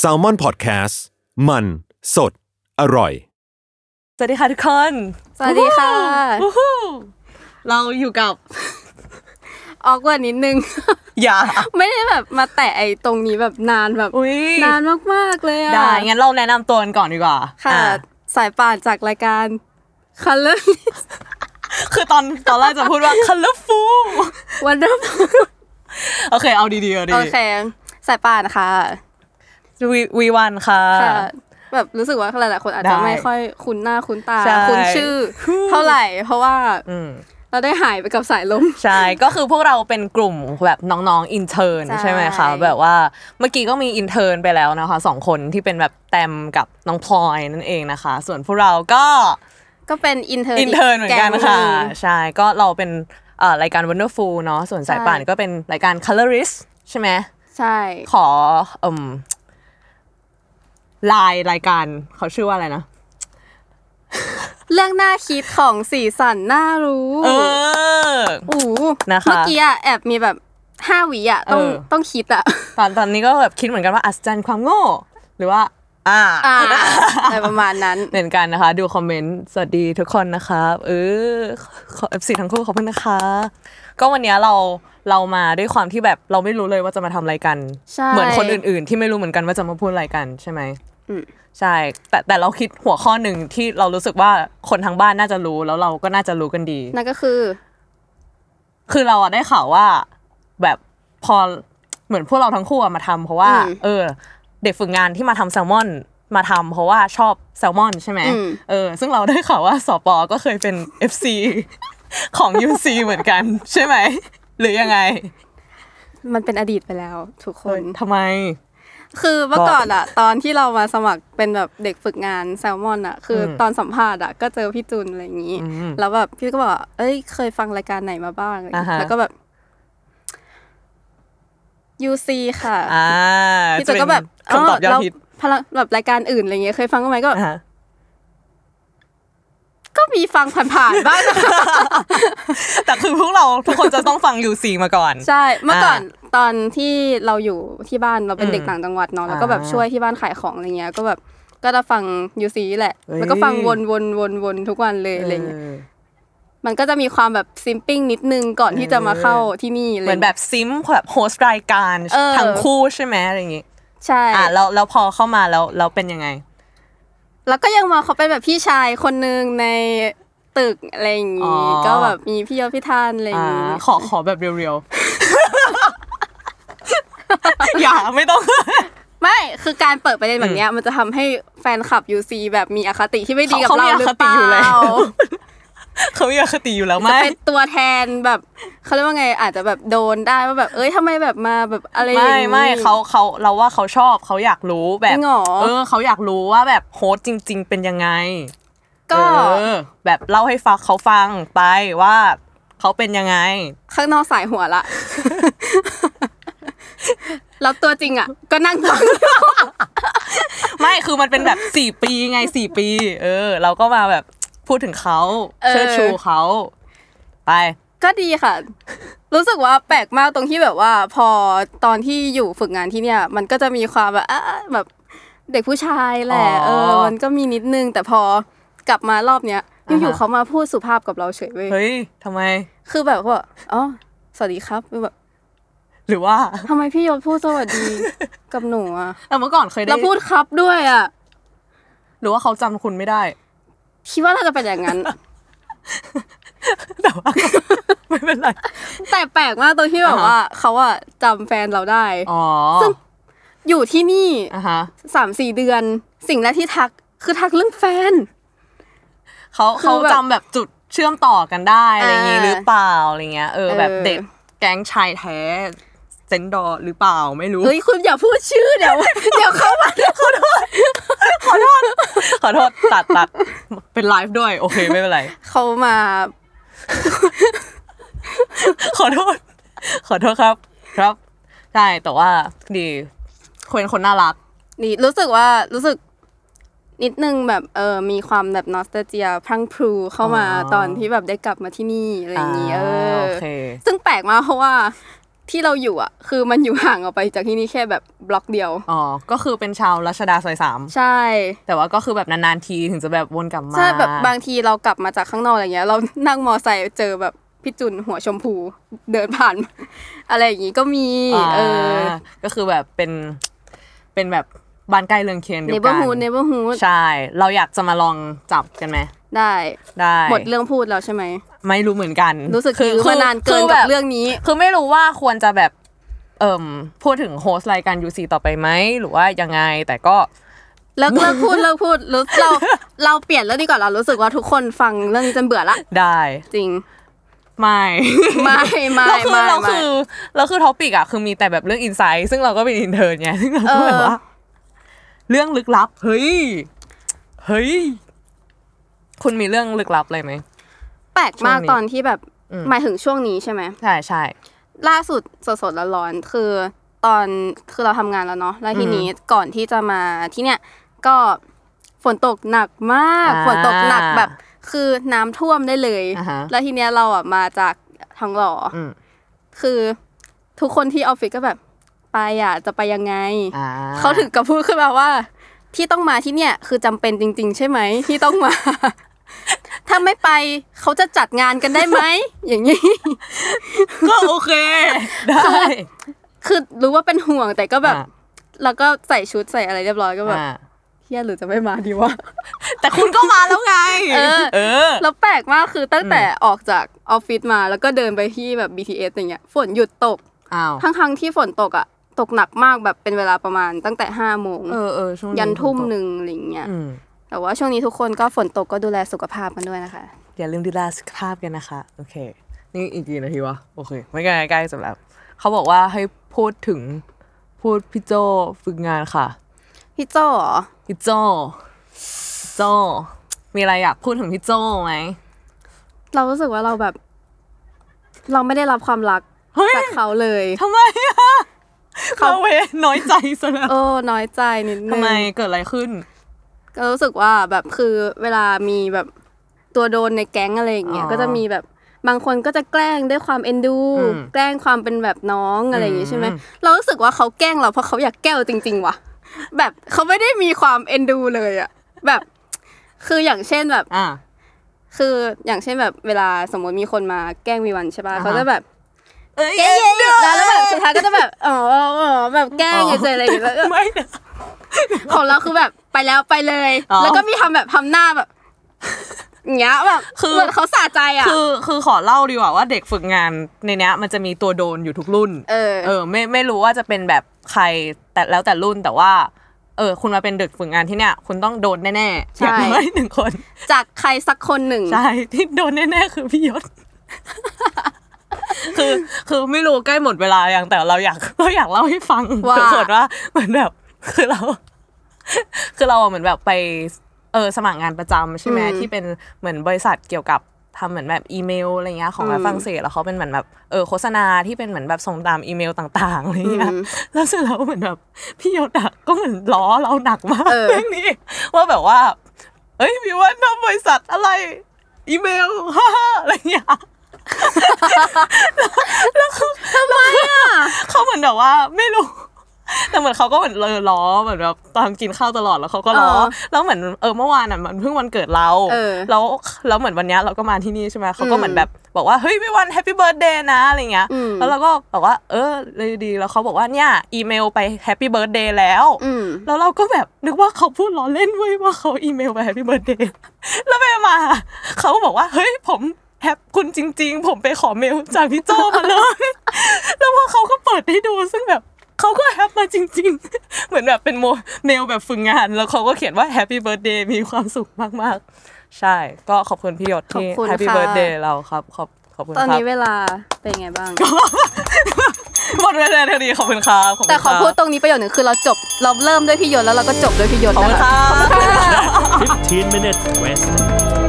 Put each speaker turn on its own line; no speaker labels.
s a l ม o n PODCAST มันสดอร่อย
สวัสดีค่ะทุกคน
สวัสดีค่ะ
วู้ฮู้เราอยู่กับ
ออกกว่านิดนึง
อย่า
ไม่ได้แบบมาแตะไอ้ตรงนี้แบบนานแบบ
อุ๊ย
นานมากๆเลยอะ
ได้งั้นเราแนะนำตัวกันก่อนดีกว่า
ค่ะ
อ่
สายป่านจากรายการ Color
คือตอนตอนแรกจะพูดว่า colorful
Wonder
โอเค เอาดีๆเอาดี
โอเค สายป่านค่ะ
วีวีวันค่ะ
ค่ะ แบบรู้สึกว่าหลายๆคนอาจจะ
ได้
ไม่ค่อยคุ้นหน้าคุ้นตา
ใช่
คุ้นชื่อ เท่าไหร่ เพราะว่า
อืม
เราได้หายไปกับสายลม
ใช่ ก็คือพวกเราเป็นกลุ่มแบบน้องๆอินเทอร์
ใช่
ใช่ไหมคะแบบว่าเมื่อกี้ก็มีอินเทอร์ไปแล้วนะคะสองคนที่เป็นแบบแตมกับน้องพลอยนั่นเองนะคะ ส่วนพวกเราก็
ก็เป็นอินเทอร์
อินเทอร์เหมือนกันค่ะ
แงหง
ใช่ ก็เราเป็นเอ่อรายการ Wonderful เนาะส่วนสายป่าน
ใช่
ก็เป็นรายการ Colorist ใช่ไหม
ใช่
ขอเอ่มลายรายการเขาชื่อว่าอะไรนะ
เรื่องหน้าคิดของสีสันน่ารู้
เออ
โอ้โห
นะคะ
เมื่อกี้อะแอบมีแบบห้าวิอะต้อง
เออ
ต้องคิด อะ
ตอนตอนนี้ก็แบบคิดเหมือนกันว่าอัศจรรย์ความโง่ หรือว่า อ่า
อ่าอะไรประมาณนั้น
เหมือนกันนะคะ ดูคอมเมนต์ สวัสดีทุกคนนะครับเออขอ FC ทั้งคู่ขอบคุณนะคะ ก็วันเนี้ยเราเรามาด้วยความที่แบบเราไม่รู้เลยว่าจะมาทำอะไรกัน
ใช่
เหมือนคนอื่นๆ ที่ไม่รู้เหมือนกันว่าจะมาพูดอะไรกันใช่ไหม
อืม
ใช่ แต่แต่เราคิดหัวข้อหนึ่งที่เรารู้สึกว่าคนทางบ้านน่าจะรู้แล้วเราก็น่าจะรู้กันดี
นั่นก็คือ
คือเราอะได้ข่าวว่าแบบพอเหมือนพวกเราทั้งคู่อะมาทำเพราะว่า
อืม
เออ เด็กฝึกงานที่มาทำแซลมอนมาทำเพราะว่าชอบแซลมอนใช่ไหม
อืม
เออ ซึ่งเราได้ข่าวว่าสปอก็เคยเป็น FC ของ UC เหมือนกันใช่ไหมหรือยังไง
มันเป็นอดีตไปแล้ว ทุกคน
ทำไม
คือเมื่อก่อนอะตอนที่เรามาสมัครเป็นแบบเด็กฝึกงานแซลมอนอะคืออ
ม
ตอนสัมภาษณ์อะก็เจอพี่จูนอะไรอย่างนี้
อืม
แล้วแบบพี่ก็บอกว่าเอ้ย เคยฟังรายการไหนมาบ้างอะไรอย่างงี้
อ่าฮะ
แล้วก็แบบ UC ค่ะ
อ่า
พี่จูนก็แบบ
คำตอบยอด
เรา
ฮิต
พลังแบบรายการอื่นอะไรอย่างเงี้ยเคยฟังกันไหมก็แบบ
อ่าฮะ
ก็มีฟังผ่านๆ บ้างนะคะ
แต่คือพวกเราทุกคนจะต้องฟัง UC มาก่อน
ใช่ เมื่อก่อน
อ่
ตอนที่เราอยู่ที่บ้านเราเป็นเด็ก
อืม
ต่างจังหวัดเนาะแล้วก็แบบ
อ่า
ช่วยที่บ้านขายของอะไรเงี้ย ก็แบบก็จะฟังยูซีแหละ
เฮ้ย
แล้วก็ฟังวนวนวนวนทุกวันเลยอะไรเงี้ย
เออ
มันก็จะมีความแบบซิมปิ้งนิดนึงก่อนที่จะมาเข้าที่นี่อะไร
เหมื
เงี้ย
อนแบบซิมแบบโฮสต์รายการ
เออ
ทั้งคู่ใช่ไหมอะไรอย่างงี้
ใช่
อ่ะแล้วแล้วพอเข้ามาแล้วเราเป็นยังไง
แล้วก็ยังมาเขาเป็นแบบพี่ชายคนนึงในตึกอะไรอย่าง
อ๋
งี้
อ
ก็แบบมีพี่ยศพี่ทานอะไรอย่าง
อ่า
งี้
ขอขอแบบเรียว ๆ อย่าไม่ต้อง
ไม่คือการเปิดประเด็นแบบเนี้ยมันจะทำให้แฟนคลับยูซีแบบมีอคติที่ไม่ดีกับ
เขา
เรา
มี
หรือ
อคติ
เปล่
อยู่แล้ว
า
เขามีอคติอยู่แล้วไหม
จะเป็นตัวแทนแบบเขาเรียกว่าไงอาจจะแบบโดนได้ว่าแบบเอ้ยทำไมแบบมาแบบอะไรอย่าง
ไม่
นี้
ไม่เขาเขาเราว่าเขาชอบเขาอยากรู้แบบ
จริงเหรอ
เออเขาอยากรู้ว่าแบบโฮสต์จริง ๆ เป็นยังไง
ก็
เออแบบเล่าให้ฟังเขาฟังไปว่าเขาเป็นยังไง
ข้างนอกสายหัวละ แล้วตัวจริงอ่ะ ก็นั่งฟัง
ไม่คือมันเป็นแบบ 4 ปีไง 4 ปี เออ เราก็มาแบบพูดถึงเขา
เออ
เชิดชูเขาไป
ก็ดีค่ะ รู้สึกว่าแปลกมากตรงที่แบบว่า พอตอนที่อยู่ฝึกงานที่เนี่ย มันก็จะมีความแบบอ่ะแบบเด็กผู้ชายแหละ
อ๋
เอ
อ
อ มันก็มีนิดนึง แต่พอกลับมารอบเนี้ย
อ่าฮะ
อยู่ๆเขามาพูดสุภาพกับเราเฉยเว้ย
เฮ้ยทำไม
คือแบบว่าอ๋อสวัสดีครับแบบ
หรือว่า
ทำไมพี่ยศพูดสวัสดี กับหนูอะ
แต่เมื่อก่อนเคยได้
แล้วพูดครับด้วยอะ
หรือว่าเขาจำคุณไม่ได้
คิดว่าน่าจะเป็น อย่างนั้น
แต่ว่า ไม่เป็นไร
แต่แปลกมากตรงที่แบบว่า เขาอะจำแฟนเราได้
อ๋อ
ซึ่ง อยู่ที่นี่
อ่ะฮะ
สามสี่เดือน สิ่งแรกที่ทักคือทักเรื่องแฟน
เขา
คือ
เขาจำแบบจุดเชื่อมต่อกันได้อะไรอย่างงี้
อ่า
หรือเปล่าอะไรเงี้ยเออ
เออ
แบบเด็กแก๊งชายแท้เซนดอร์หรือเปล่าไม่รู้
เฮ้ยคุณอย่าพูดชื่อเดี๋ยว เดี๋ยวเขามาขอโทษ
ขอโทษตัดตัดเป็นไลฟ์ด้วยโอเคไม่เป็นไร
เขามา
ขอโทษ ขอโทษครับ ครับ ใช่ แต่ว่าดีเป็นคนน่ารัก
นี่รู้สึกว่ารู้สึกนิดนึงแบบเออมีความแบบนอสตาเจียพรังพรูเข้ามา
อ๋อ
ตอนที่แบบได้กลับมาที่นี่อะไรอย่างงี้เอ
อ่า
อ
โอเค
ซึ่งแปลกมากเพราะว่า ที่เราอยู่อ่ะ คือมันอยู่ห่างออกไปจากที่นี่แค่แบบบล็อกเดียว
อ๋อ ก็คือเป็นชาวรัชดาซอยสาม
ใช่
แต่ว่าก็คือแบบนานๆทีถึงจะแบบวนกลับมา
ใช่แบบบางทีเรากลับมาจากข้างนอกอะไรเงี้ย เรานั่งมอไซค์เจอแบบพี่จุนหัวชมพูเดินผ่าน อะไรอย่างงี้ก็มี
อ่า
เออ
ก็คือแบบเป็นเป็นแบบบ้านใกล้เรือนเคียงเดีย
เน
ว
เบอ
กั
ร์ฮูดเนเบอร์ฮูด
ใช่ เราอยากจะมาลองจับกันไหม
ได้
ได้
หมดเรื่องพูดแล้วใช่ไหม
ไม่รู้เหมือนกัน
รู้สึกคือมานานเกิน
คื
กั
แบบ บ
เรื่องนี้
คือไม่รู้ว่าควรจะแบบเอ่มพูดถึงโฮสต์รายการ UC ต่อไปไหม หรือว่ายังไงแต่ก็
เลิกเลิกพูดเลิกพูดรู้เราเราเปลี่ยนเรื่องนี้ก่อนเรารู้สึกว่าทุกคนฟังเรื่องนี้จนเบื่อละ
ได้
จริง
ไม่
ไม่ไม่
เราคือ
ไม่
เรา
ไม่
คือเราคือท็อปิกอะคือมีแต่แบบเรื่องอินไซต์ซึ่งเราก็เป็นอินเทอร์ไงซึ่ งเรา
เอ
ก็แบบ
อ
ว่าเรื่องลึกลับ เฮ้ย เฮ้ย คุณมีเรื่องลึกลับอะไรไหม
แปลก
ช่ว
มาก
งนี้
ตอนที่แบบ
อืม
หมายถึงช่วงนี้ใช่ไหม
ใช่ใช่
ล่าสุดสดๆร้อนๆคือตอนคือเราทำงานแล้วเนาะแล้วทีนี้ก่อนที่จะมาที่เนี่ยก็ฝนตกหนักมาก
อ่า
ฝนตกหนักแบบ คือน้ำท่วมได้เลย
อ่าฮะ
แล้วทีเนี้ยเราอ่ะมาจากทองหล่ออ
อืม
คือทุกคนที่ออฟฟิศก็แบบไปอ่ะจะไปยังไง
อ่า
เขาถึงกับพูดขึ้นมาว่า ที่ต้องมาที่เนี่ยคือจำเป็นจริง ๆ ใช่ไหมที่ต้องมา ถ้าไม่ไปเขาจะจัดงานกันได้ไหม อย่างนี้
ก็โอเค ได้
คือรู้ว่าเป็นห่วงแต่ก็แบบ
อ่า
แล้วก็ใส่ชุดใส่อะไรเรียบร้อยก็แบบ
อ่า
เฮียหรือจะไม่มาดีวะ
แต่คุณก็มาแล้วไง
เออ
เออ
แล้วแปลกมากคือตั้ง แต่ออกจากออฟฟิศมา แล้วก็เดินไปที่แบบ BTS อย่างเงี้ยฝนหยุดตก
อ้าว
ทั้งๆที่ฝนตกอ่ะ ตกหนักมากแบบเป็นเวลาประมาณตั้งแต่ห้าโมง
เออเออช่วง
ยันทุ่ม
ฝตก
หนึ่งอะไรอย่างเงี้ย
อืม
แต่ว่าช่วงนี้ทุกคนก็ฝนตกก็ดูแลสุขภาพกันด้วยนะคะ
อย่าลืมดูแลสุขภาพกันนะคะ โอเค นี่อีกกี่นาทีวะ โอเค ไม่ไกลใกล้สำหรับ เขาบอกว่าให้พูดถึงพูดพี่โจฝึกงานค่ะ
พี่โจเหรอ
พี่โจพี่โจ มีอะไรอยากพูดถึงพี่โจไหม
เรารู้สึกว่าเราแบบ เราไม่ได้รับความรัก
เฮ้ย
จากเขา เลย
ทำไมอะเขาเวน้อยใจซะแล้ว
โอ้น้อยใจนิดนึง
ทำไมเกิดอะไรขึ้น
ก็รู้สึกว่าแบบคือเวลามีแบบตัวโดนในแก๊งอะไรอย่างเงี้ย
อ๋อ
ก็จะมีแบบบางคนก็จะแกล้งด้วยความเอ็นดู
อืม
แกล้งความเป็นแบบน้องอะไรอย่างงี้ใช่ไหม
อืม
เรารู้สึกว่าเขาแกล้งเราเพราะเขาอยากแกล้งเราจริง ๆ ว่ะ แบบเขาไม่ได้มีความเอ็นดูเลยอะแบบ คืออย่างเช่นแบบ
อ่ะ
คืออย่างเช่นแบบเวลาสมมติมีคนมาแกล้งวีวันใช่ป่ะ
อ่าฮะ
เขาจะแบบ
เอ้ย
เย้เย้เย้แล้วแล้วแบบสุดท้ายก็จะแบบอ๋ออ๋ออ๋อแบบแกล้งอยู่เฉยอะไรอย่างเงี้ยแล้ว
ไม่นะ
ของเราคือแบบไปแล้วไปเลย
อ๋อ
แล้วก็มีทำแบบทำหน้าแบบอย่างเงี้ยแบบ
คือ
เหมือนเขาสะใจอ่ะ
คือคือขอเล่าดีกว่าว่าเด็กฝึกงานในเนี้ย มันจะมีตัวโดนอยู่ทุกรุ่น
เออ
เออไม่ไม่รู้ว่าจะเป็นแบบใครแต่แล้วแต่รุ่นแต่ว่าเออคุณมาเป็นเด็กฝึกงานที่เนี่ยคุณต้องโดนแน่ๆ
ใช่
อย่างน้อยหนึ่งคน
จากใครสักคนหนึ่ง
ใช่ ที่โดนแน่ๆคือพี่ยศ คือคือไม่รู้ใกล้หมดเวลาอย่างแต่เราอยาก เราอยากเล่าให้ฟัง
ว่า
ทุกคนว่า เหมือนแบบ คือเรา คือเราอะเหมือนแบบไปเออสมัครงานประจำใช่ไหม
อืม
ที่เป็นเหมือนบริษัทเกี่ยวกับทำเหมือนแบบอีเมลอะไรเงี้ยของแบบ
อืม
ฝรั่งเศสแล้วเขาเป็นเหมือนแบบเออโฆษณาที่เป็นเหมือนแบบส่งตามอีเมลต่างๆอะไรเงี้ย แล้วเสร็จแล้วเหมือนแบบพี่ยศอะก็เหมือนล้อเราหนักมาก
เออ
เรื่องนี้ ว่าแบบว่า เอ้ยพี่ว่าทำบริษัทอะไร อีเมล ฮ่าๆอะไรอย่างเงี้ย แล้วแล้วเขาทำไมอ่ะเขาเหมือนแบบว่าไม่รู้ แต่เหมือนเขาก็เหมือนเลอล้อเหมือนแบบตอนกินข้าวตลอดแล้วเขาก็ล้อ
เออ
แล้วเหมือนเออเมื่อวานอ่ะมันเพิ่งวันเกิดเรา
เออ
แล้วแล้วเหมือนวันเนี้ยเราก็มาที่นี่ใช่ไหมเขาก็
อืม
เหมือนแบบบอกว่าเฮ้ยพี่วันแฮปปี้เบิร์ดเดย์นะอะไรอย่างเงี้ย
อืม
แล้วเราก็บอกว่า เออเลยดีแล้วเขาบอกว่าเนี่ยอีเมลไปแฮปปี้เบิร์ดเดย์แล้ว
อืม
แล้วเราก็แบบนึกว่าเขาพูดล้อเล่นเว้ยว่าเขาอีเมลไปแฮปปี้เบิร์ดเดย์แล้วไปมา เขาก็บอกว่า เฮ้ยผมแฮปคุณจริง ๆ ผมไปขอเมลจากพี่โจมาเลย แล้วพอเขาก็เปิดให้ดูซึ่งแบบเขาก็แฮปมาจริง ๆ เหมือนแบบเป็นโมเมลแบบฝึกงงาน แล้วเขาก็เขียนว่าแฮปปี้เบิร์ดเดย์มีความสุขมากๆ ใช่ ก็ขอบคุณพี่หยศที่
ขอบคุณ
แฮปปี้
ค่ะ
เบิร์ดเดย์เราครับขอบขอบคุณ
ตอน
ครับ
นี้เวลาเป็นไงบ้าง
หมดเวลาทีนี้ขอบคุณครับ
แต่ขอพูด
ค
ตรงนี้ประโยชน์หนึ่งคือเราจบเราเริ่มด้วยพี่ยศแล้วเราก็จบด้วยพี่ยศ
รับขอบคุณ
นะคะ
ครับ
15 minutes west.